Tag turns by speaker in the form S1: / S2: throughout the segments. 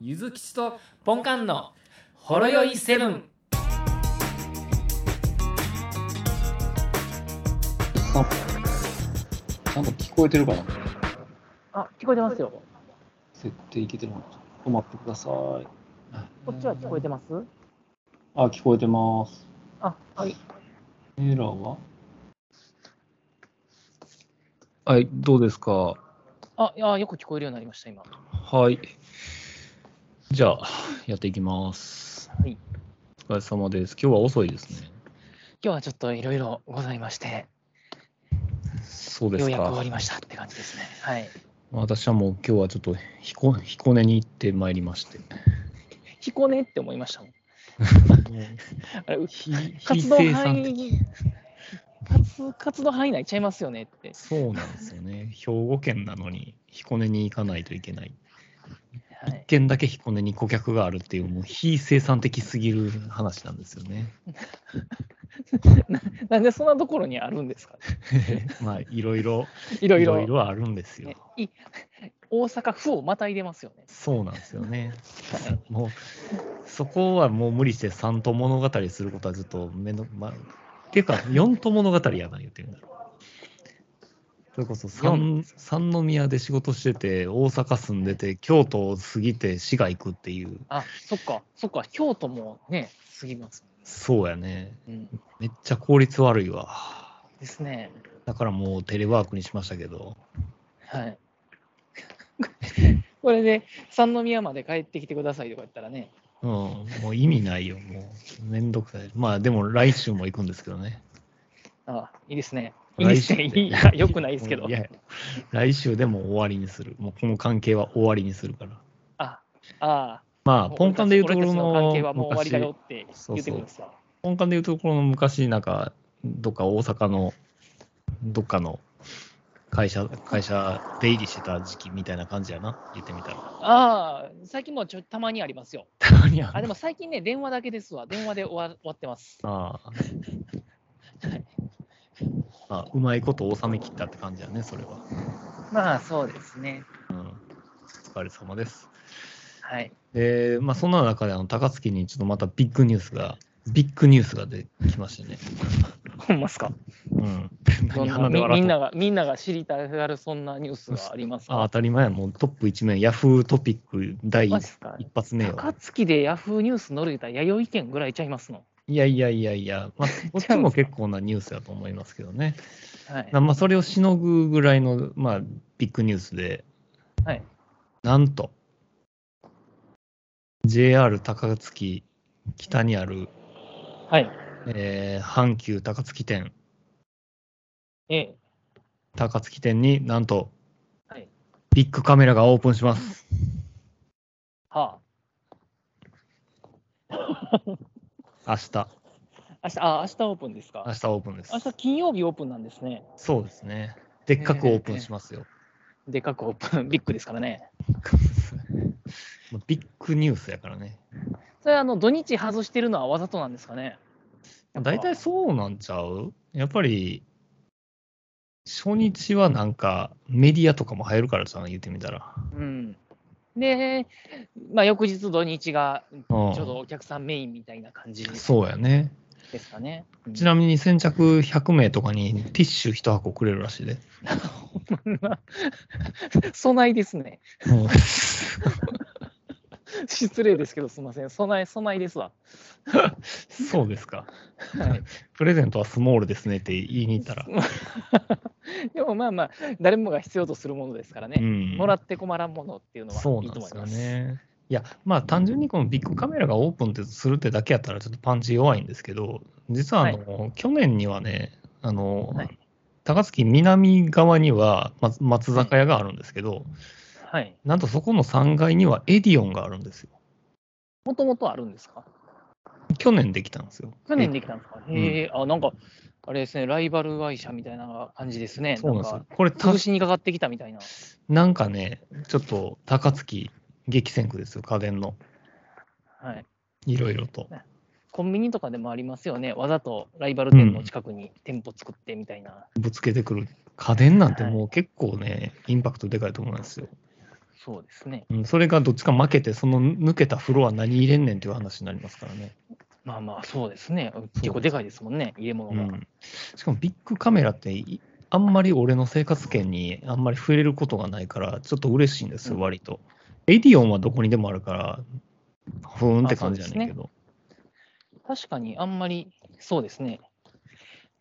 S1: ゆずきちとポンカンのほろよいセブン。
S2: なんか聞こえてるかな
S1: あ、聞こえてますよ。
S2: 設定いけてるのかな止まってください。
S1: こっちは聞こえてます
S2: あ、聞こえてます。
S1: あ、はい。
S2: エラーははい、どうですか
S1: あ、いや、よく聞こえるようになりました、今。
S2: はい。じゃあ、やっていきます。
S1: はい。
S2: お疲れ様です。今日は遅いですね。
S1: 今日はちょっといろいろございまして、
S2: そうで
S1: よ
S2: す
S1: うやく終わ
S2: か
S1: り。ましたって感じですね。はい。
S2: 私はもう今日はちょっと彦彦根に行ってまいりまして。
S1: 彦根って思いましたもん。あれ、
S2: ひ
S1: 活動範囲、活活動範囲内ちゃいますよねって。
S2: そうなんですよね。兵庫県なのに彦根に行かないといけない。
S1: は
S2: 一
S1: い。
S2: 軒だけ彦根に顧客があるっていう、もう非生産的すぎる話なんですよ ね。
S1: なんでそんなところにあるんですか
S2: まあ、いろいろ、
S1: い
S2: い
S1: ろい
S2: ろい
S1: ろ。
S2: ろあるんですよ
S1: ね。い大阪府をまた入れますよね。
S2: そうなんですよね。もう、そこはもう無理して三と物語することはちょっとめんど、まあ、っていうか、四と物語やな、言ってるんだろそれこそ三三宮で仕事してて、大阪住んでて、京都を過ぎて滋賀行くっていう、
S1: あ、そっか、そっか、京都もね、過ぎます。
S2: そうやね。
S1: うん。
S2: めっちゃ効率悪いわ。
S1: ですね。
S2: だからもうテレワークにしましたけど。
S1: はい。 これで三宮まで帰ってきてくださいとか言ったらね、
S2: うん、もう意味ないよ、もう。めんどくさい。まあ、でも来週も行くんですけどね。
S1: あいいですね。いいですね。
S2: 来週
S1: いいや、よくないですけど
S2: い。や、来週でも終わりにする。もうこの関係は終わりにするから。
S1: あ、あ
S2: ま
S1: あ、
S2: あ、ポンカンでいうところ
S1: 俺たち関係
S2: の
S1: はもう終わりだよ
S2: 昔、
S1: って
S2: そうそう
S1: 言ってくるんですわ。
S2: ポンカンでいうところの昔、なんか、どっか大阪の、どっかの会社、会社、出入りしてた時期みたいな感じやな、言ってみたら。
S1: ああ、最近もちょたまにありますよ。
S2: 何
S1: あ、でも最近ね、電話だけですわ。電話で終わ終わってます。
S2: ああ
S1: はい
S2: あ、うまいこと収めきったって感じやね、それは。
S1: まあ、そうですね。
S2: うん。お疲れ様です。
S1: はい。
S2: で、まあ、そんな中で、あの、高槻にちょっとまたビッグニュースが、ビッグニュースが出てきましてね。
S1: ほんますか。
S2: うん。
S1: ど
S2: 何
S1: んな
S2: 鼻で
S1: み
S2: 笑っ
S1: みん
S2: た
S1: なが、みんなが知りたがるそんなニュースがあります
S2: あ、当
S1: か。
S2: たり前や、もうトップ一面、ヤフートピック第
S1: マジ
S2: 一
S1: っすか。
S2: 発目よ。
S1: 高槻でヤフーニュース乗る言うたら弥生県ぐらいちゃいますの。
S2: いやいやいやいや、 まあ、こっちも結構なニュースだと思いますけどね。
S1: はい。
S2: まあ、それをしのぐぐらいの、まあ、ビッグニュースで、
S1: はい
S2: なんと、JR 高槻北にある、
S1: はい。
S2: えー阪急高槻店、
S1: ええ。
S2: 高槻店になんと、
S1: はい
S2: ビッグカメラがオープンします。
S1: は
S2: 明日、
S1: あ。明日、あ、明日オープンです
S2: 明
S1: か。
S2: 日オープンです
S1: 明。日金曜日オープンなんですね。
S2: そうですね。でっかくオープンしますよ。
S1: でかくオー プン、ビッグですからね。
S2: もうビッグニュースやからね。
S1: それあの土日外してるのはわざとなんですかね。やっぱ
S2: 大体そうなんちゃうやっぱり、初日はなんかメディアとかも入るからさ、言ってみたら。
S1: うん。で、まあ、翌日土日がち
S2: う
S1: ょ
S2: ん
S1: うどお客さんメインみたいな感じです
S2: そうやね。
S1: かね。うん
S2: ちなみに先着100名とかにティッシュ1箱くれるらしい で。
S1: 備えですね。
S2: うん
S1: 失礼ですけど、すみません。備え、備えですわ。
S2: そうですか。
S1: はい、
S2: プレゼントはスモールですねって言いに行ったら。
S1: でもまあまあ、誰もが必要とするものですから
S2: う
S1: ね。
S2: ん
S1: もらって困らんものっていうのは
S2: そう
S1: い
S2: な
S1: い
S2: ん
S1: と
S2: で
S1: 思い
S2: すよ
S1: ます。
S2: ね。いや、まあ単純にこのビッグカメラがオープンってするってだけやったらちょっとパンチ弱いんですけど、実はあの、去年にはね、あの、
S1: はい
S2: 高槻南側には松松坂屋があるんですけど、
S1: はい。
S2: なんとそこの3階にはエディオンがあるんですよ。
S1: もともとあるんですか
S2: 去年できたんですよ。
S1: 去年できたんですか
S2: ん
S1: へえ、あ、なんか、あれですね、ライバル会社みたいな感じですね。
S2: そうなんです
S1: か
S2: よ。これた
S1: 潰、しにかかってきたみたいな。
S2: なんかね、ちょっと高槻激戦区ですよ、家電の。
S1: はい。
S2: いろいろと。
S1: コンビニとかでもありますよね。わざとライバル店の近くに店舗作ってみたいな。
S2: ぶつけてくる。家電なんてもう結構ね、インパクトでかいと思うんですよ。
S1: そうですね。
S2: うん、それがどっちか負けて、その抜けたフロア何入れんねんっていう話になりますからね。
S1: まあまあ、そうですね。結構でかいですもんね、入れ物
S2: う
S1: が。
S2: ん、しかもビッグカメラってい、あんまり俺の生活圏にあんまり触れることがないから、ちょっと嬉しいんですよ、
S1: うん
S2: 割と。エディオンはどこにでもあるから、ふーんって感じじゃないけど。
S1: 確かに、あんまり、そうですね。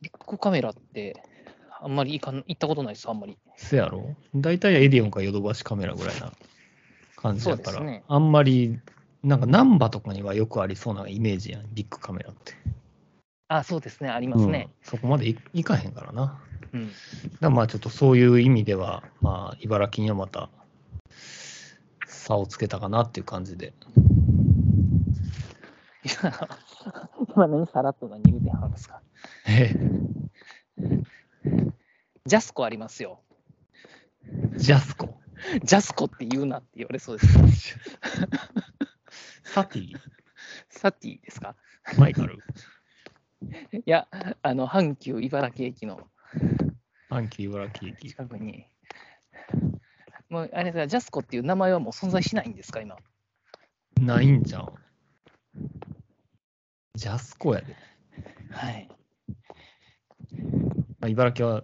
S1: ビッグカメラって、あんまり行かん行ったことないです、あんまり。
S2: せやろ大体エディオンかヨドバシカメラぐらいな感じだか
S1: そ
S2: ら、
S1: うですね
S2: あんまり、なんか難波とかにはよくありそうなイメージやん、ビッグカメラって。
S1: あ、そうですね、ありますね。
S2: うんそこまでいいかへんからな。
S1: うん。
S2: だからまあちょっとそういう意味では、まあ茨城にはまた差をつけたかなっていう感じで。
S1: いや 今何さらっと何言うてはるんですか。
S2: え
S1: ジャスコありますよ。
S2: ジャスコ。
S1: ジャスコって言うなって言われそうです。
S2: サティ、
S1: サティですか
S2: マイカル、
S1: いや、あの、阪急茨城駅の
S2: 阪急茨城駅。
S1: 近くに。もう、あれですか、ジャスコっていう名前はもう存在しないんですか、今。
S2: ないんじゃん。ジャスコやで。
S1: はい。
S2: まあ、茨城は、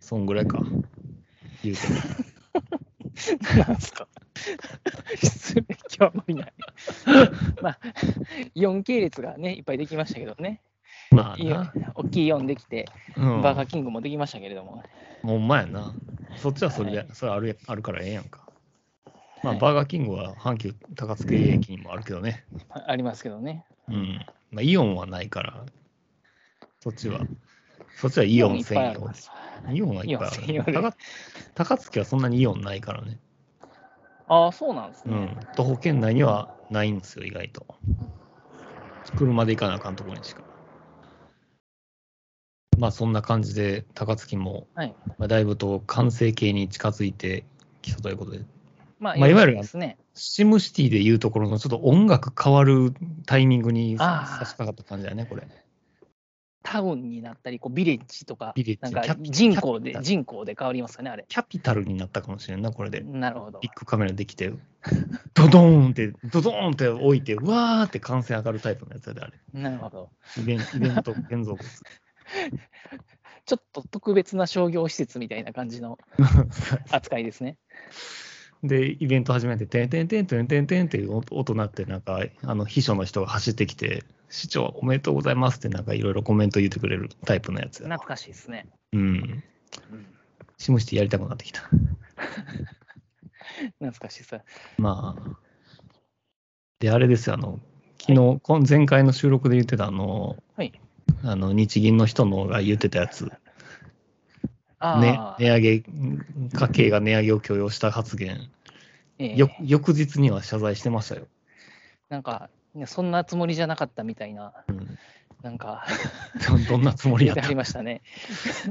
S2: そんぐらいか。言うても。
S1: なんすか。失礼極まりない。まあ、4系列がね、いっぱいできましたけどね。
S2: まあ
S1: いいよ
S2: な。
S1: 大きい4できて、
S2: うん。
S1: バーガーキングもできましたけれども。
S2: ほんまやな。そっちはそれで、それあるあるからええやんか。まあ、バーガーキングは阪急高槻駅にもあるけどね。
S1: あありますけどね。
S2: うん。まあ、イオンはないから、そっちは、そっちはイオン
S1: いっぱい
S2: 専
S1: あり
S2: 用
S1: ま
S2: です
S1: す。
S2: イオンはいっぱい
S1: イオン
S2: あ
S1: 専
S2: る
S1: 用で
S2: 高。高槻はそんなにイオンないからね。
S1: ああ、そうなんです
S2: う
S1: ね。
S2: ん。徒歩圏内にはないんですよ、意外と。車で行かなあかんところにしか。まあ、そんな感じで、高槻も、
S1: はい
S2: まあ、だいぶと完成形に近づいてきたということで、
S1: まあ、
S2: まあいわゆる
S1: よろしですね。
S2: シムシティでいうところのちょっと音楽変わるタイミングに
S1: あー
S2: 差し掛かった感じだね、これ。
S1: タウンになったり、こうビレッジとか
S2: ビレッジ、
S1: なんか
S2: キャピ
S1: 人口で
S2: キャ、ピ
S1: 人口で変わりますかね、あれ。
S2: キャピタルになったかもしれんな、これで。
S1: なるほど
S2: ビッ。グカメラできて、ドドーンって、ドドーンって置いて、うわーって歓声上がるタイプのやつやで、あれ。
S1: なるほど。
S2: イベンイベント、建造物。
S1: ちょっと特別な商業施設みたいな感 じの扱いですね。
S2: で、イベント始めて、てんてんてんてんてんてんっていう音鳴って、なんか、あの、秘書の人が走ってきて、市長おめでとうございますって、なんかいろいろコメント言ってくれるタイプのやつや
S1: 懐
S2: な。
S1: かしいですね。
S2: うん。
S1: うん
S2: シムシティやりたくなってきた。
S1: 懐かしいさ。
S2: まあ。で、あれですよ、あの、昨日、こん前回の収録で言ってた、あの、
S1: はい
S2: あの日銀の人のが言ってたやつ、ね
S1: あ、あ、
S2: 値上げ、家計が値上げを許容した発言、
S1: ええ
S2: よ翌日には謝罪してましたよ。
S1: なんか、ねそんなつもりじゃなかったみたいな、
S2: うん
S1: なんか、
S2: ど どんなつもりやっ
S1: 言ってあり
S2: た
S1: ましたね。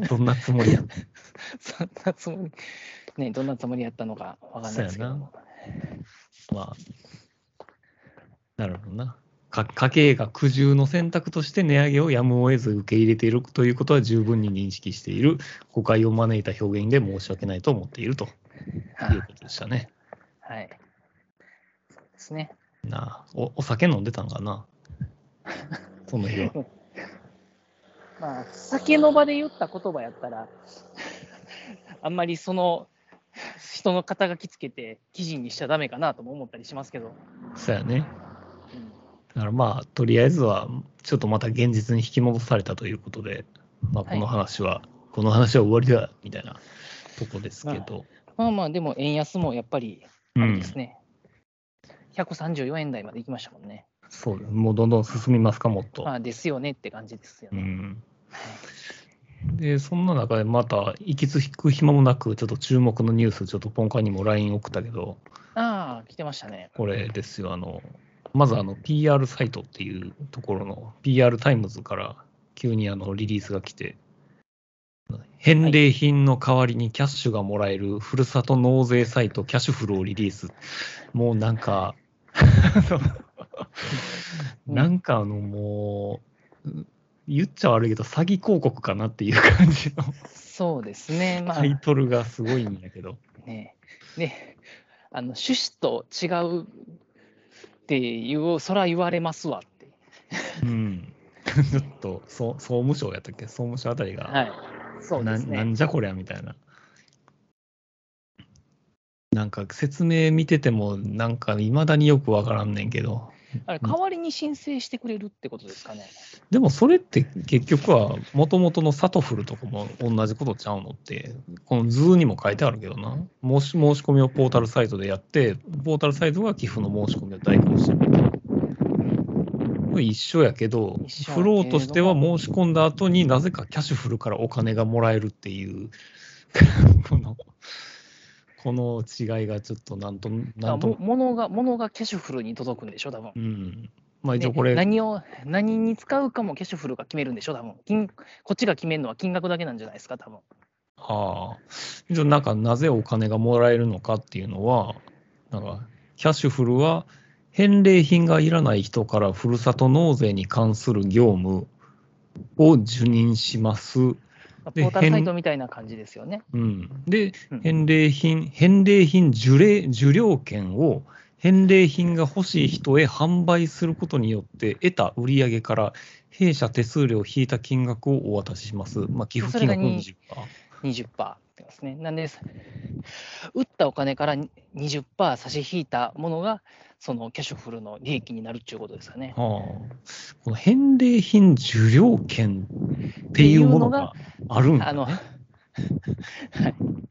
S2: どんなつもりやっ
S1: そんなつもり、ね、どんなつもりやったのかわかんないですけども。
S2: たまあ、なるほどな。か家計が苦渋の選択として値上げをやむを得ず受け入れているということは十分に認識している、誤解を招いた表現で申し訳ないと思っていると。ということでしたね。
S1: はい。そうですね。
S2: なあおお酒飲んでたんかなその日 は。
S1: まあ、酒の場で言った言葉やったら、あんまりその人の肩書きつけて記事にしちゃダメかなとも思ったりしますけど、
S2: そうやね。
S1: うん
S2: だからまあ、とりあえずは、ちょっとまた現実に引き戻されたということで、まあ、
S1: はい
S2: この話は、この話は終わりだ、みたい なとこですけど。
S1: まあまあ、でも円安もやっぱり、あれですね、134円台まで行きましたもんね。
S2: うん、そうですもうどんどん進みますか、もっと。
S1: まあ、ですよねって感じですよ
S2: う
S1: ね。
S2: んで、そんな中でまた、息つ引く暇もなく、ちょっと注目のニュース、ちょっとポンカンにも LINE 送ったけど、
S1: ああ、来てましたね。
S2: これですよ、あの、まずあの PR サイトっていうところの PR タイムズから急にあのリリースが来て、返礼品の代わりにキャッシュがもらえるふるさと納税サイトキャッシュフルをリリース。もうなんか、なんかあのもう、言っちゃ悪いけど詐欺広告かなっていう感じの
S1: そうですね、ま
S2: タイトルがすごいんだけど。
S1: あね、ね、あの趣旨と違うっていう、そら言われますわって。
S2: うん。ちょっと総総務省やったっけ総務省あたりが、
S1: はい。そうです
S2: な
S1: ね。
S2: なんじゃこりゃみたいな。なんか説明見てても、なんかいまだによくわからんねんけど、
S1: あれ、代わりに申請してくれるってことですかね。
S2: でもそれって結局は、もともとのサトフルとかも同じことちゃうのって、この図にも書いてあるけどな、申し申し込みをポータルサイトでやって、ポータルサイトが寄付の申し込みを代行してる。これ一緒やけど、
S1: 一緒やけ
S2: フ
S1: ど
S2: ローとしては申し込んだ後になぜかキャッシュフルからお金がもらえるっていう、 この、この違いがちょっとなんと、
S1: だか
S2: な
S1: ら
S2: んと
S1: も
S2: も、
S1: 物が、物がキャッシュフルに届くんでしょ、多分。
S2: うん。まあ一
S1: ね
S2: 応これ、
S1: 何を何に使うかもキャッシュフルが決めるんでしょ、多分金こっちが決めるのは金額だけなんじゃないですか、多分
S2: ああ。じゃあ、なんか、なぜお金がもらえるのかっていうのは、なんか、キャッシュフルは、返礼品がいらない人からふるさと納税に関する業務を受任します。
S1: まあポ
S2: で
S1: ータルサイ
S2: 変
S1: トみたいな感じですよね。
S2: うん。で
S1: うん、
S2: 返礼品、返礼品受礼、受領権を、返礼品が欲しい人へ販売することによって得た売上から弊社手数料を引いた金額をお渡しします。まあ、寄付金額の20%。
S1: 20%ってますね。なんです、売ったお金から20%差し引いたものが、そのキャッシュフルの利益になるっていうことですよね。
S2: はあ、この返礼品受領権っていうものがあるんだ、
S1: あ
S2: ね、
S1: の はい、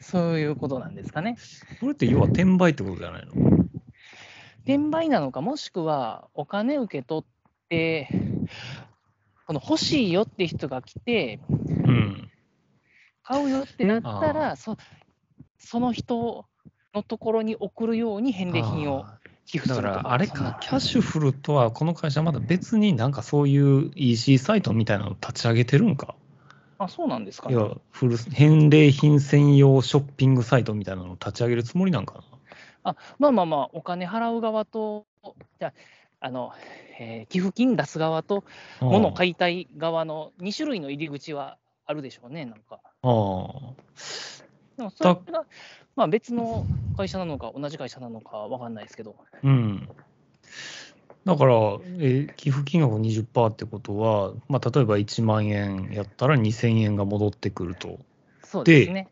S1: そういうことなんですかね。
S2: これって要は転売ってことじゃないの
S1: 転売なのか、もしくはお金受け取って、この欲しいよって人が来て、
S2: うん。
S1: 買うよってなった
S2: あ
S1: ら、そその人のところに送るように返礼品を
S2: あ
S1: 寄付
S2: あ
S1: す
S2: だか
S1: ると
S2: ら、あれ
S1: そんな
S2: か、キャッシュフルとは、この会社まだ別になんかそういう EC サイトみたいなの立ち上げてるんか。
S1: あ、そうなんですか、
S2: いや、フル返礼品専用ショッピングサイトみたいなのを立ち上げるつもりなんかな。
S1: あまあまあまあ、お金払う側と、じゃああのえー寄付金出す側と、
S2: ああ
S1: 物買いたい側の2種類の入り口はあるでしょうね、なんか。
S2: ああ
S1: でもそれが、まあ、別の会社なのか、同じ会社なのかわかんないですけど、
S2: うん。だから、えー寄付金額の20%ってことは、まあ、例えば1万円やったら2000円が戻ってくると。
S1: そうですね。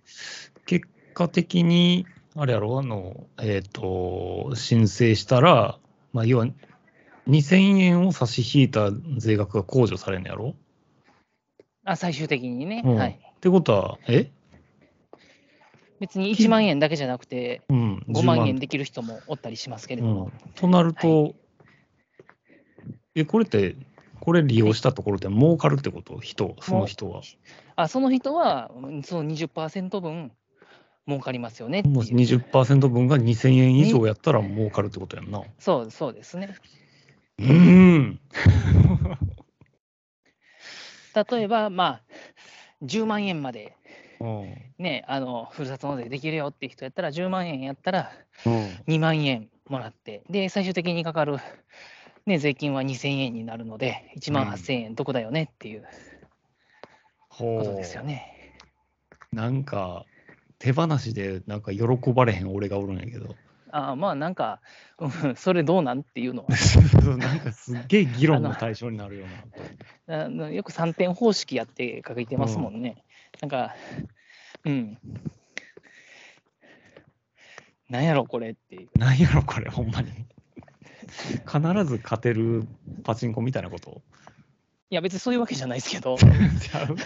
S2: 結果的に、あれやろ、あの、えっ、と、申請したら、まあ、要は2000円を差し引いた税額が控除されるのやろ
S1: あ最終的にね、
S2: うん
S1: はい。
S2: ってことは、え
S1: 別に1万円だけじゃなくて、
S2: うん、
S1: 5
S2: 10
S1: 万円できる人もおったりしますけれども、
S2: うんとなると、え、これって、これ利用したところで儲かるってこと人、その人は。
S1: あその人はうんその20%分儲かりますよねっていう
S2: もう20%分が2000円以上やったら儲かるってことやんな。う
S1: そうそうですね。
S2: ーん。
S1: 例えば、まあ、10万円まで、
S2: うん。
S1: ね、あのふるさと納税できるよって人やったら、10万円やったら2万円もらって、で、最終的にかかる、ね、税金は2000円になるので、1万8000円どこだよねっていう
S2: ほ
S1: こと
S2: う
S1: ですよね。
S2: なんか、手放しで、なんか喜ばれへん俺がおるんやけど、
S1: あまあ、なんか、うんそれどうなんっていう のは
S2: なんかすっげえ議論の対象になるよう
S1: あのよく3点方式やって書いてますもんね。なんか、うん。なんやろ、これっていう。
S2: な。なんやろ、これ、ほんまに。必ず勝てるパチンコみたいなこと
S1: いや、別にそういうわけじゃないですけど、
S2: ちゃう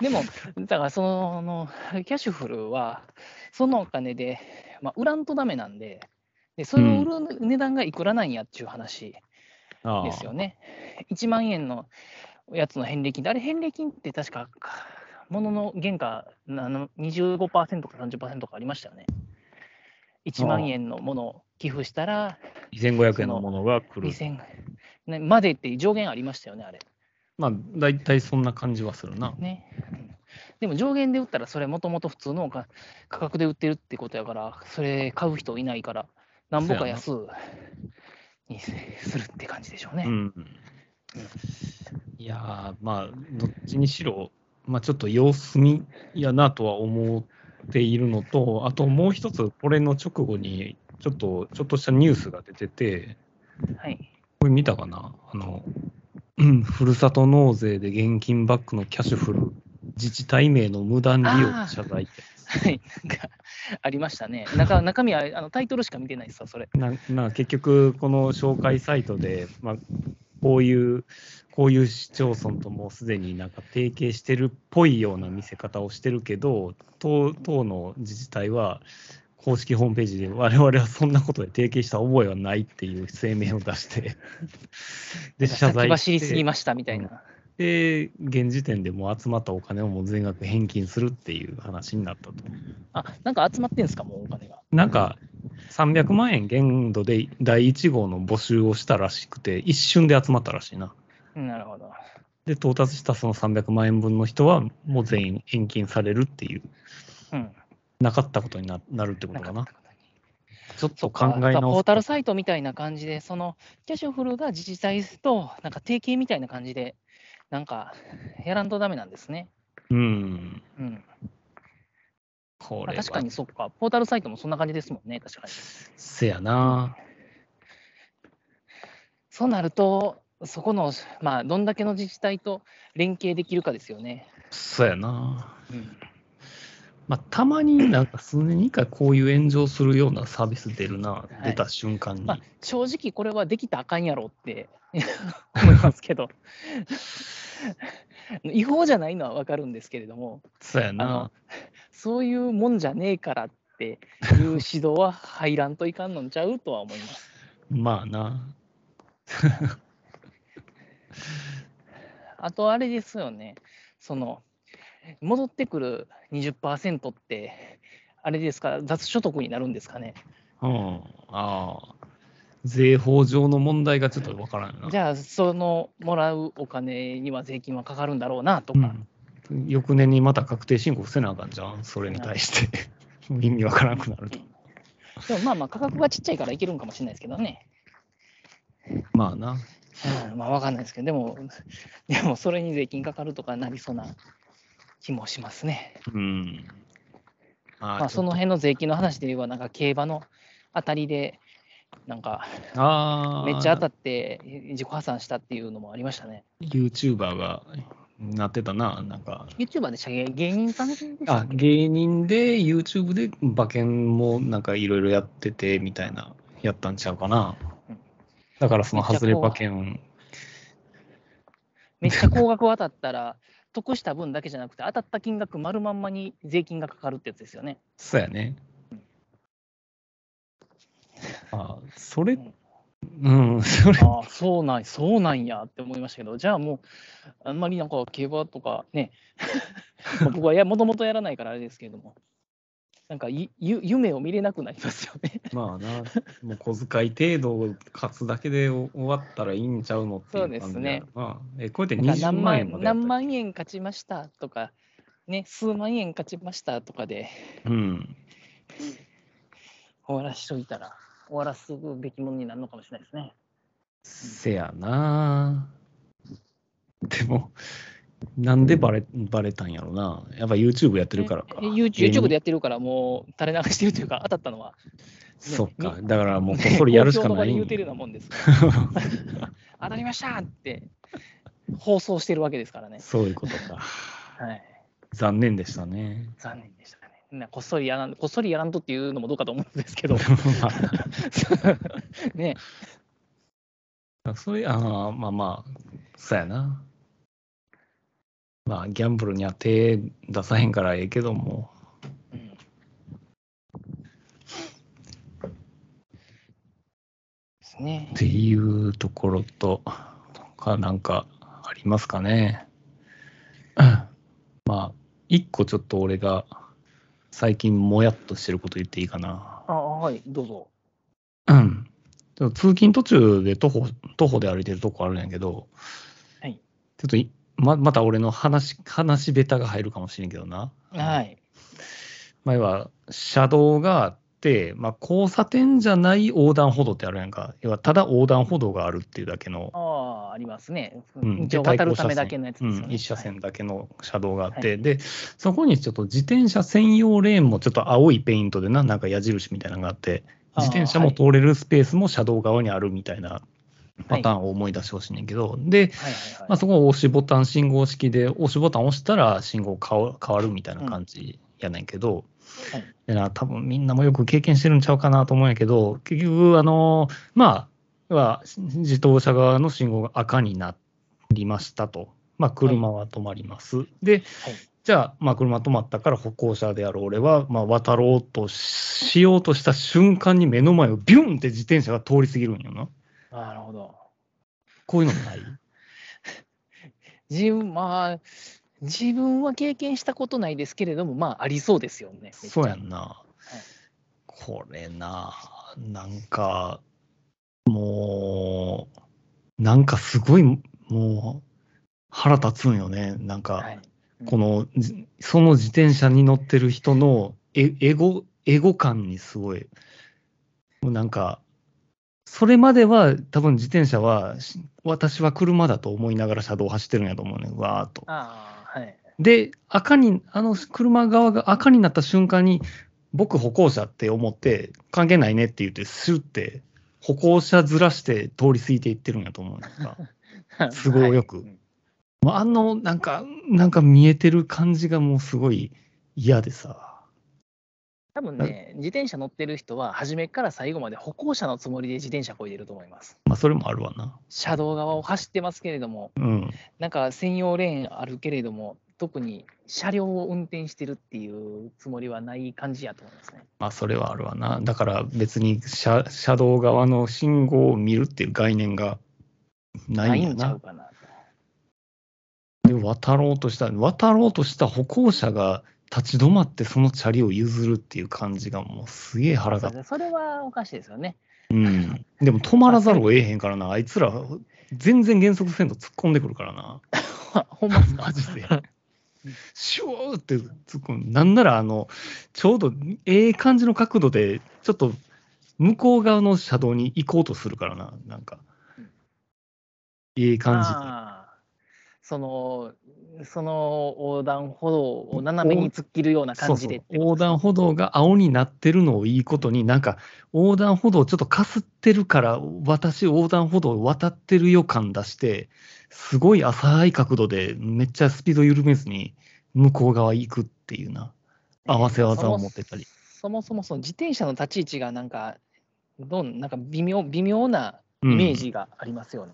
S1: でも、だから、その、キャッシュフルは、そのお金で、まあ、売らんとダメなんで、でそれを売る値段がいくらなんやっていう話
S2: ああ
S1: ですよね。1万円のやつの返礼金って、あれ、返礼金って確か、物の原価あの25%か30%かありましたよね。1万円のものを寄付したら、
S2: 2500円のものが来る。
S1: 2000ねまでっていう上限ありましたよね、あれ。
S2: まあ、大体そんな感じはするな。
S1: ね。うんでも上限で売ったら、それもともと普通のおか価格で売ってるってことやから、それ買う人いないから、なんぼか安にするって感じでしょうね。
S2: うんいやー、まあ、どっちにしろ、まあ、ちょっと様子見やなとは思っているのと、あともう一つ、これの直後に、ちょっと、ちょっとしたニュースが出てて、
S1: はい。
S2: これ見たかなあの、うんふるさと納税で現金バックのキャッシュフル、自治体名の無断利用謝罪って
S1: はい。 なんか、ありましたね。中中身はあのタイトルしか見てないですわ、それ。
S2: なな結局、この紹介サイトで、まあ、こういう、こういう市町村ともうすでになんか提携してるっぽいような見せ方をしてるけど、党党の自治体は、公式ホームページで、我々はそんなことで提携した覚えはないっていう声明を出 して、で、謝
S1: 先
S2: 罪
S1: 走り
S2: し
S1: すぎ
S2: て、
S1: ましたみたいな。
S2: で、現時点でもう集まったお金をもう全額返金するっていう話になったと。
S1: あ、なんか集まってんすか、もうお金が。
S2: なんか300万円限度で第1号の募集をしたらしくて、一瞬で集まったらしいな。
S1: うんなるほど。
S2: で、到達したその300万円分の人は、もう全員返金されるっていう、
S1: うん。
S2: なかったことにななるってことかな。
S1: ったことに
S2: ちょっと考え
S1: あだからポ
S2: 直
S1: ー
S2: す
S1: タ
S2: と
S1: ルサイトみたいな感じで、そのキャッシュフルが自治体となんか提携みたいな感じで、なんかやらんとダメなんですね。
S2: うん。
S1: うん、
S2: こ
S1: まあ
S2: れは
S1: 確かにそっか、ポータルサイトもそんな感じですもんね、確かに。
S2: せやな。
S1: そうなると、そこの、まあ、どんだけの自治体と連携できるかですよね。
S2: そうやな。
S1: うん、
S2: まあ、たまになんか数年に1回こういう炎上するようなサービス出るな、
S1: い
S2: 出た瞬間に。
S1: まあ、正直、これはできたらあかんやろって 思いますけど、違法じゃないのは分かるんですけれども。
S2: そうや
S1: あの
S2: な。
S1: そういうもんじゃねえからっていう指導は入らんといかんのんちゃうとは思います。
S2: まあな。
S1: あとあれですよね、その戻ってくる20%って、あれですか、雑所得になるんですかね。
S2: うん、ああ、税法上の問題がちょっとわからんよな。
S1: じゃあ、そのもらうお金には税金はかかるんだろうなと
S2: う
S1: か、
S2: ん、翌年にまた確定申告せなあかんじゃん、それに対して。 意味わからなくなると。
S1: でもまあまあ、価格がちっちゃいからいけるんかもしれないですけどね。
S2: まあな。
S1: うん、まあ、わかんないですけど、でも、 でもそれに税金かかるとかなりそうな気もしますね。
S2: うん。あ
S1: まあ、その。辺の税金の話で言えば、なんか競馬の当たりで、なんか
S2: ちょっとああ、
S1: めっちゃ当たって自己破産したっていうのもありましたね。
S2: YouTuber がなってたな、なんか。
S1: YouTuber でしたっけ芸人さんでした
S2: あ
S1: っけ
S2: 芸人で YouTube で馬券もなんかいろいろやっててみたいなやったんちゃうかな
S1: うん
S2: だからその外れ馬券
S1: めっちゃ高額当たったら、得した分だけじゃなくて、当たった金額丸まんまに税金がかかるってやつですよね。
S2: そうやね。あそれ、うん、それ、
S1: ああ、そうなん、そうなんやって思いましたけど、じゃあもう、あんまりなんか競馬とかね、 まあ僕はいや、もともとやらないからあれですけれども、なんかゆゆ夢を見れなくなりますよ ね。
S2: まあな、もう小遣い程度を勝つだけで終わったらいいんちゃうのっていう感じや
S1: そうですね
S2: まあ、え、こうやって
S1: なんか
S2: 20
S1: 何
S2: 万
S1: 万
S2: 円までやった
S1: 何万円勝ちましたとか、ね、数万円勝ちましたとかで
S2: うん。
S1: 終わらしといたら、終わらすべきものになるのかもしれないですね。
S2: せやな。でも、なんでバレバレたんやろな。やっぱ YouTube やってるからか。
S1: え YouTube でやってるから、もう垂れ流してるというか、当たったのは、
S2: そっか。だからもうこっそりやるしか
S1: 公共の
S2: な
S1: 場で
S2: いん
S1: 言
S2: や。
S1: うてるようなもんです から。当たりましたって放送してるわけですからね。
S2: そういうことか。
S1: はい、
S2: 残念でしたね。、
S1: 残念でしたね。なこっそりやらんこっそりやらんとっていうのもどうかと思うんですけど
S2: まあ
S1: ね、
S2: あそれ、ああ、まあまあ、そうやな。まあ、ギャンブルには手出さへんからええけども、
S1: うんですね
S2: っ。ていうところと、か、なんかありますか ね。まあ、一個ちょっと俺が最近もやっとしてること言っていいかな。
S1: あはい、どうぞ。
S2: うんちょっと通勤途中で徒歩徒歩で歩いてるとこあるんやけど、
S1: はい、
S2: ちょっといままた俺の話話下手が入るかもしれんけどな。
S1: はい。
S2: 前は車道があって、まあ、交差点じゃない横断歩道ってあるやんか要はただ横断歩道があるっていうだけの
S1: ああ、ありますね。
S2: うん
S1: 一応
S2: で
S1: 渡るためだけのやつですよね。
S2: うん、一車
S1: はい
S2: 線だけの車道があって、で、そこにちょっと自転車専用レーンもちょっと青いペイントでな、なんか矢印みたいなのがあって、
S1: あー
S2: 自転車も通れるスペースも車道側にあるみたいなパターンを思い出してほしいねんけど、で、
S1: はいはいはい
S2: まあ、そこを押しボタン信号式で、押しボタン押したら信号変わ変わるみたいな感じやねんけど、
S1: はい
S2: でな多分みんなもよく経験してるんちゃうかなと思うんやけど、結局、あのまあ、要は自動車側の信号が赤になりましたと。まあ、車は止まります。で、じゃあ、まあ、車止まったから歩行者である俺は、まあ、渡ろうとしようとした瞬間に目の前をビュンって自転車が通り過ぎるんよな。
S1: あなるほど。
S2: こういうのもない
S1: 自分、まあ、自分は経験したことないですけれども、まあ、ありそうですよね。
S2: そうや
S1: ね。
S2: んな。これな、なんか、もう、なんかすごい、もう、腹立つんよね。なんか、
S1: はい。
S2: この、じその自転車に乗ってる人のエエゴ、エゴ感にすごい、もうなんか、それまでは多分自転車は、し私は車だと思いながら車道を走ってるんやと思うね、うわーっと。
S1: ああ、はい。
S2: で、赤に、あの車側が赤になった瞬間に、僕歩行者って思って、関係ないねって言って、スュって、歩行者ずらして通り過ぎていってるんやと思うね んか。 都合よく
S1: はいうん
S2: まああの、なんか、なんか見えてる感じがもうすごい嫌でさ。
S1: 多分ね、自転車乗ってる人は、初めから最後まで歩行者のつもりで自転車こいでると思います。
S2: まあ、それもあるわな。
S1: 車道側を走ってますけれども、
S2: うん。
S1: なんか専用レーンあるけれども、特に車両を運転してるっていうつもりはない感じやと思いますね。
S2: まあ、それはあるわな。だから別に車車道側の信号を見るっていう概念がな
S1: ないい
S2: ん
S1: んち
S2: だ
S1: ゃ
S2: な
S1: う。かなと。
S2: で、渡ろうとした、渡ろうとした歩行者が立ち止まってそのチャリを譲るっていう感じがもうすげえ腹立
S1: そ
S2: っ
S1: れそれはおかしいですよね。
S2: うん。でも止まらざるを得へんからな。あいつら全然減速せんと突っ込んでくるからな。
S1: ほんまっすか
S2: マジで。シューって突っ込む。なんなら、あの、ちょうどええ感じの角度で、ちょっと向こう側の車道に行こうとするからな、なんか
S1: うん。
S2: ええ感じで。
S1: あーその、その横断歩道を斜めに突っ切るような
S2: そ
S1: 感
S2: う
S1: じ
S2: そう
S1: でってこと
S2: 横断歩道が青になってるのをいいことに、なんか横断歩道ちょっとかすってるから、私、横断歩道渡ってる予感出して、すごい浅い角度で、めっちゃスピード緩めずに、向こう側行くっていうな、合わせ技を持ってたり。
S1: そもそもその自転車の立ち位置がなんか、どんなんか微妙微妙なイ
S2: うん
S1: メージがありますよね。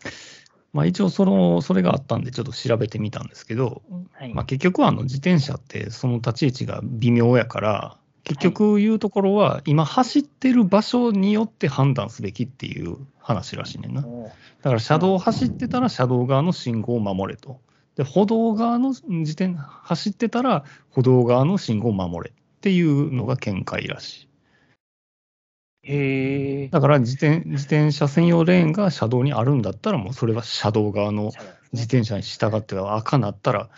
S2: まあ、一応その、それがあったんで、ちょっと調べてみたんですけど、
S1: はい
S2: まあ、結局はあの自転車ってその立ち位置が微妙やから、結局言うところは、今走ってる場所によって判断すべきっていう話らしいねんな。だ
S1: おー
S2: から車道を走ってたら車道側の信号を守れと。で、歩道側の自転、走ってたら歩道側の信号を守れっていうのが見解らしい。
S1: へえ。
S2: だから自転自転車専用レーンが車道にあるんだったら、もうそれは車道側の
S1: そうですね
S2: 自転車に従っては赤なったら、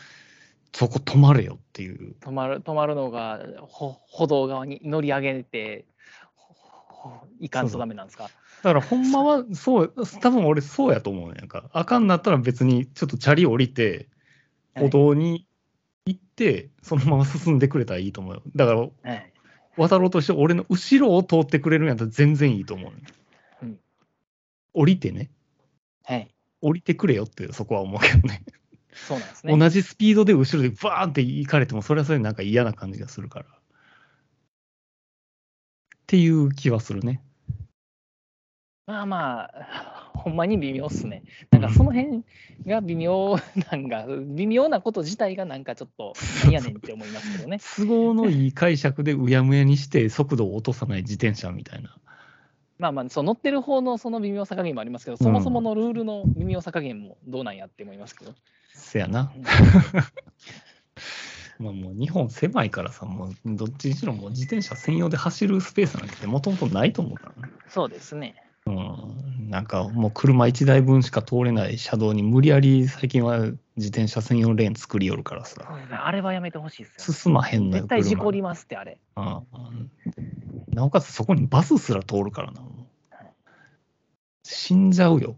S2: そこ止まれよっていう。
S1: 止まる止 まるのがほ歩道側に乗り上げてほほいかんとダメなんですか
S2: だからほんまは、そう、多分俺そうやと思うねんやんか。赤になったら別にちょっとチャリ降りて、歩道に行って、そのまま進んでくれたらいいと思うよ。だから
S1: はいはい
S2: 渡ろうとして俺の後ろを通ってくれるんやったら全然いいと思うねん、
S1: うん
S2: 降りてね、
S1: はい、
S2: 降りてくれよってそこは思うけどね。
S1: そうなんです ね。
S2: 同じスピードで後ろでバーンって行かれても、それはそれでなんか嫌な感じがするから。っていう気はするね。
S1: まあまあ、 ほんまに微妙っすね。なんかその辺が微妙なんか、 微妙なこと自体がなんかちょっと、なんやねんって思いますけど ね。
S2: 都合のいい解釈でうやむやにして速度を落とさない自転車みたいな。
S1: まあまあ、そう乗ってる方のその微妙さ加減もありますけど、そもそものルールの微妙さ加減もどうなんやって思いますけど。
S2: せやな。 まあもう日本狭いからさ、もうどっちにしろもう自転車専用で走るスペースなんてもともとないと思うからね。
S1: そうですね。
S2: うん。なんかもう車1台分しか通れない車道に無理やり最近は自転車専用レーン作りよるからさ、
S1: あれはやめてほしいっすよ。
S2: 進まへんのよ。
S1: 絶対事
S2: 車
S1: 故りますって、あれ。
S2: うんなおかつそこにバスすら通るからな。もう死んじゃうよ。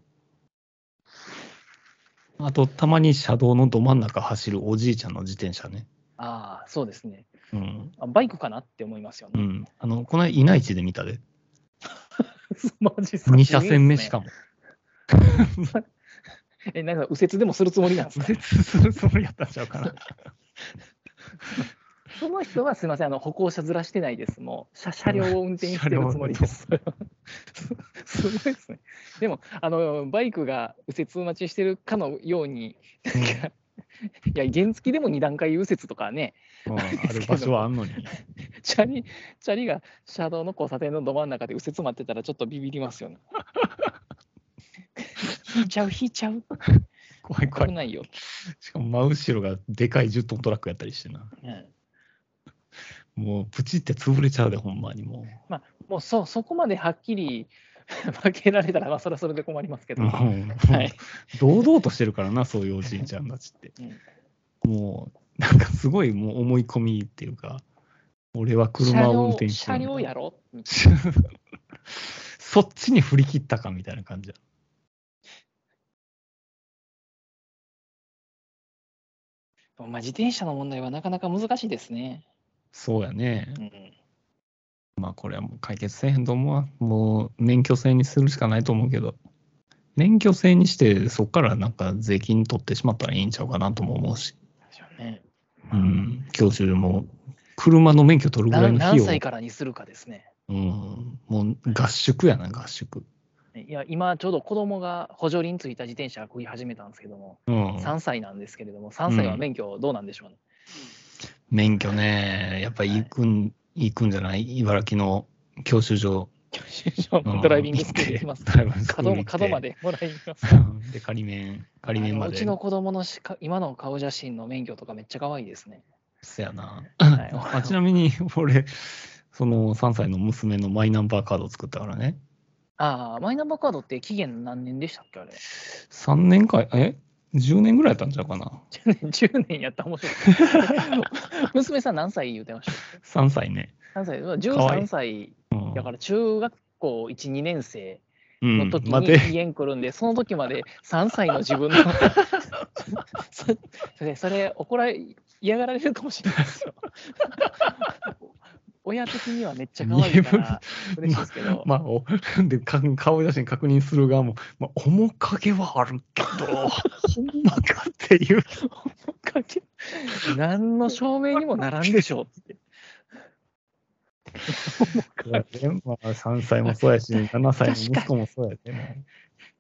S2: あと、たまに車道のど真ん中走るおじいちゃんの自転車ね。
S1: ああ、そうですね。
S2: うん。
S1: あバイクかなって思いますよ
S2: う
S1: ね。
S2: ん。あの、この間、いないちで見たで。
S1: マジっすか
S2: 2車線目しかも。
S1: え、なんか右折でもするつもりなんですか
S2: 右折するつもりやったんちゃうかな。
S1: その人はすみません、あの歩行者ずらしてないです。もう車車両を運転してるつもりです。 すごいですね。でもあの、バイクが右折待ちしてるかのように、いや、原付でも2段階右折とかね、
S2: うん、ある場所はあんのに。
S1: チャリチャリが車道の交差点のど真ん中で右折待ってたら、ちょっとビビりますよね。引いちゃう、引いちゃう、
S2: 怖い怖
S1: 危
S2: い。
S1: ないよ。
S2: しかも真後ろがでかい10トントラックやったりしてな。
S1: うん
S2: もうプチって潰れちゃうで、ほんまにも
S1: もうそうそこまではっきり 負けられたら、まあ、それはそれで困りますけ
S2: う。
S1: ど。
S2: うん
S1: は、
S2: はい堂々としてるからな、そういうおじいちゃんたちって。もう、なんかすごいもう思い込みっていうか、俺は車を運転して
S1: 車
S2: る
S1: 両車両やろみたい
S2: そっちに振り切ったかみたいな感じだ。
S1: なまあ、自転車の問題はなかなか難しいですね。
S2: そうやね。
S1: うん、
S2: まあこれはもう解決せえへんと思うわ。もう免許制にするしかないと思うけど。免許制にして、そっからなんか税金取ってしまったらいいんちゃうかなとも思うし。
S1: でしょうね
S2: うん。教習所も、車の免許取るぐらい
S1: 何
S2: の費
S1: 何
S2: 用。
S1: 歳からにするかですね。
S2: うん。もう合宿やな、合宿。
S1: いや今ちょうど子供が補助輪ついた自転車こぎ始めたんですけども、
S2: うん。
S1: 3歳なんですけれども3歳は免許どうなんでしょうね、
S2: 免許ね、やっぱ行くん、行くんじゃない茨城の教習所。
S1: 教習所
S2: うん
S1: ドライビングスクール行きます
S2: ドライビングスクール
S1: 角
S2: 行
S1: も
S2: って
S1: 角ま。でもらいに行きます
S2: うんで、仮免、仮免
S1: あ
S2: ま
S1: のう
S2: で。
S1: ちの子供のしか今の顔写真の免許とかめっちゃ可愛いですね。
S2: そやな。
S1: はい
S2: あちなみに、俺、その3歳の娘のマイナンバーカードを作ったからね。
S1: ああ、マイナンバーカードって期限何年でしたっけあれ。
S2: 3年か、え ?10 年ぐらいやったんちゃうかな。
S1: 10年やったら面白い。 娘さん何歳言うてました
S2: 3歳ね。
S1: 何歳
S2: かわいい
S1: ?13 歳
S2: うん
S1: だから中学校1、2年生
S2: うん
S1: の時
S2: 待
S1: に
S2: て、
S1: 家に来るんで、その時まで3歳の自分のそそれそれ怒ら嫌がられるかもしれないですよ。親的にはめっちゃ可愛いから嬉しいですけど、
S2: まあ、お でか顔写真確認する側も、まあ、面影はあるけど、 ほんまかっていう。
S1: かけ何の証明にもならんでしょうって。
S2: まあ、3歳もそうや し、7歳の息子もそうやで、ね。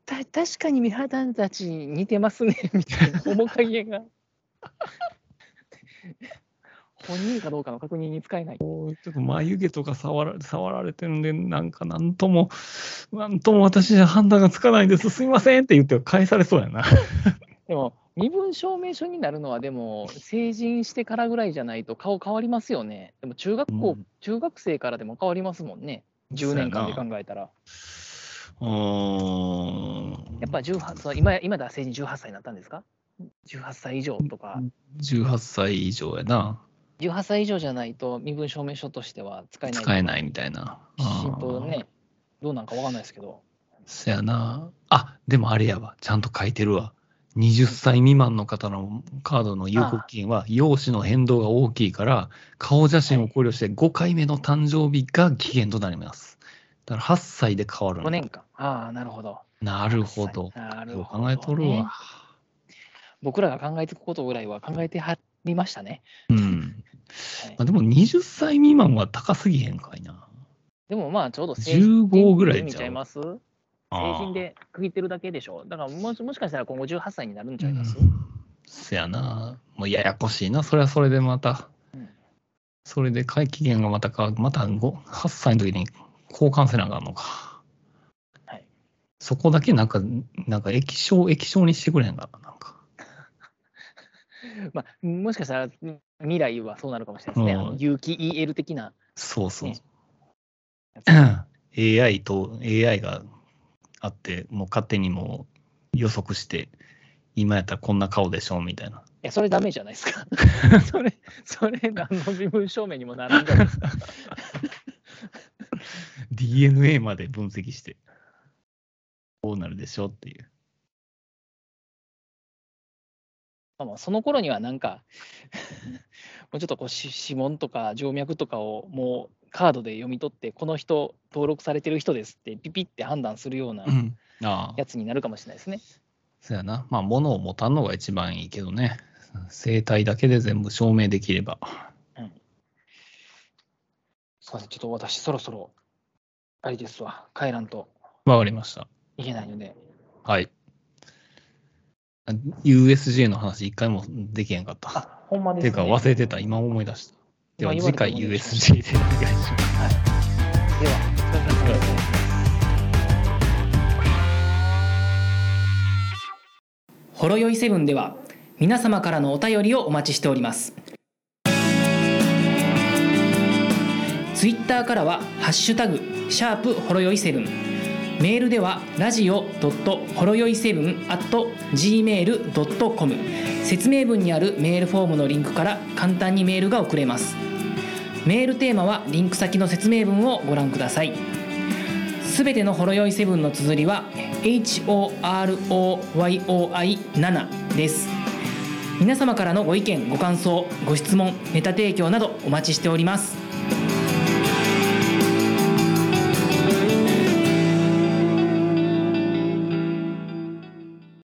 S1: た確かに美肌たちに似てますねみたいな面影が本人かどうかの確認に使えない
S2: ちょっと眉毛とか触ら触られてるんで、なんかなんとも、なんとも私じゃ判断がつかないです、すいませんって言って返されそうやな。
S1: でも身分証明書になるのはでも成人してからぐらいじゃないと顔変わりますよねでも中学校、
S2: うん
S1: 中学生からでも変わりますもんね10年間で考えたら
S2: うーん
S1: やっぱ18その今今では成人18歳になったんですか18歳以上とか
S2: 18歳以上やな、
S1: 18歳以上じゃないと身分証明書としては使えない
S2: 使えないみたいな。
S1: 浸透ねどうなんかわかんないですけど
S2: うん。そやな。あでもあれやわ、ちゃんと書いてるわ。20歳未満の方のカードの有効期限は、容姿の変動が大きいから、顔写真を考慮して5回目の誕生日が期限となります。だから8歳で変わるんだ
S1: 5年間ああなるほど
S2: なるほど。
S1: なる
S2: よう
S1: ほど
S2: 考
S1: ね
S2: えとるわ。
S1: 僕らが考えつくことぐらいは考えてはりましたね。
S2: うん。
S1: はい
S2: まあ、でも20歳未満は高すぎへんかいな。
S1: でもまあちょうど成人
S2: 15ぐらい
S1: 見
S2: ち
S1: ちゃ
S2: ゃ。
S1: いうます成人で区切ってるだけでしょ。だからもしもしかしたら今後18歳になるんちゃいます、
S2: うんせやな。もうややこしいな。それはそれでまた。
S1: うん
S2: それで会期限がまたか、またご8歳の時に交換せなあかんのか。
S1: はい
S2: そこだけなんか、なんか液晶、液晶にしてくれへんかな。なんか
S1: まあ、もしかしたら未来はそうなるかもしれないですね。
S2: うん
S1: あの有機 EL 的な
S2: そうそう
S1: ね。
S2: AI と AI があって、もう勝手にもう予測して、今やったらこんな顔でしょうみたいな。
S1: いや、それダメじゃないです か。それ、それ、何の身分証明にもならんじゃないですか。
S2: DNA まで分析して、こうなるでしょうっていう。
S1: まあまあ、その頃にはなんか もうちょっとこうし指紋とか静脈とかをもうカードで読み取ってこの人登録されてる人ですってピピって判断するような
S2: うん。ああ
S1: や、つになるかもしれないですね。
S2: そうやな。まあ、物を持たんのが一番いいけどね。生体だけで全部証明できれば。
S1: すいませんちょっと私そろそろあれですわ帰らんと
S2: わかりました。
S1: いけないので
S2: はい。あ USJ の話一回もできへんかった。
S1: あほんまで
S2: て
S1: す、
S2: い
S1: ね、
S2: うか忘れてた。今思い出した。では
S1: 今
S2: 次
S1: 言われ
S2: 回
S1: たもんでし
S2: USJ でお願いします。
S1: ではお疲れ様ですほろよいセブンでは皆様からのお便りをお待ちしておりますツイッターからはハッシュタグシャープほろよいセブンメールではラジオドットほろよいセブン at gmail ドットコム説明文にあるメールフォームのリンクから簡単にメールが送れますメールテーマはリンク先の説明文をご覧くださいすべてのほろ酔いセブンの綴りは HOROYOI7 です皆様からのご意見ご感想ご質問ネタ提供などお待ちしております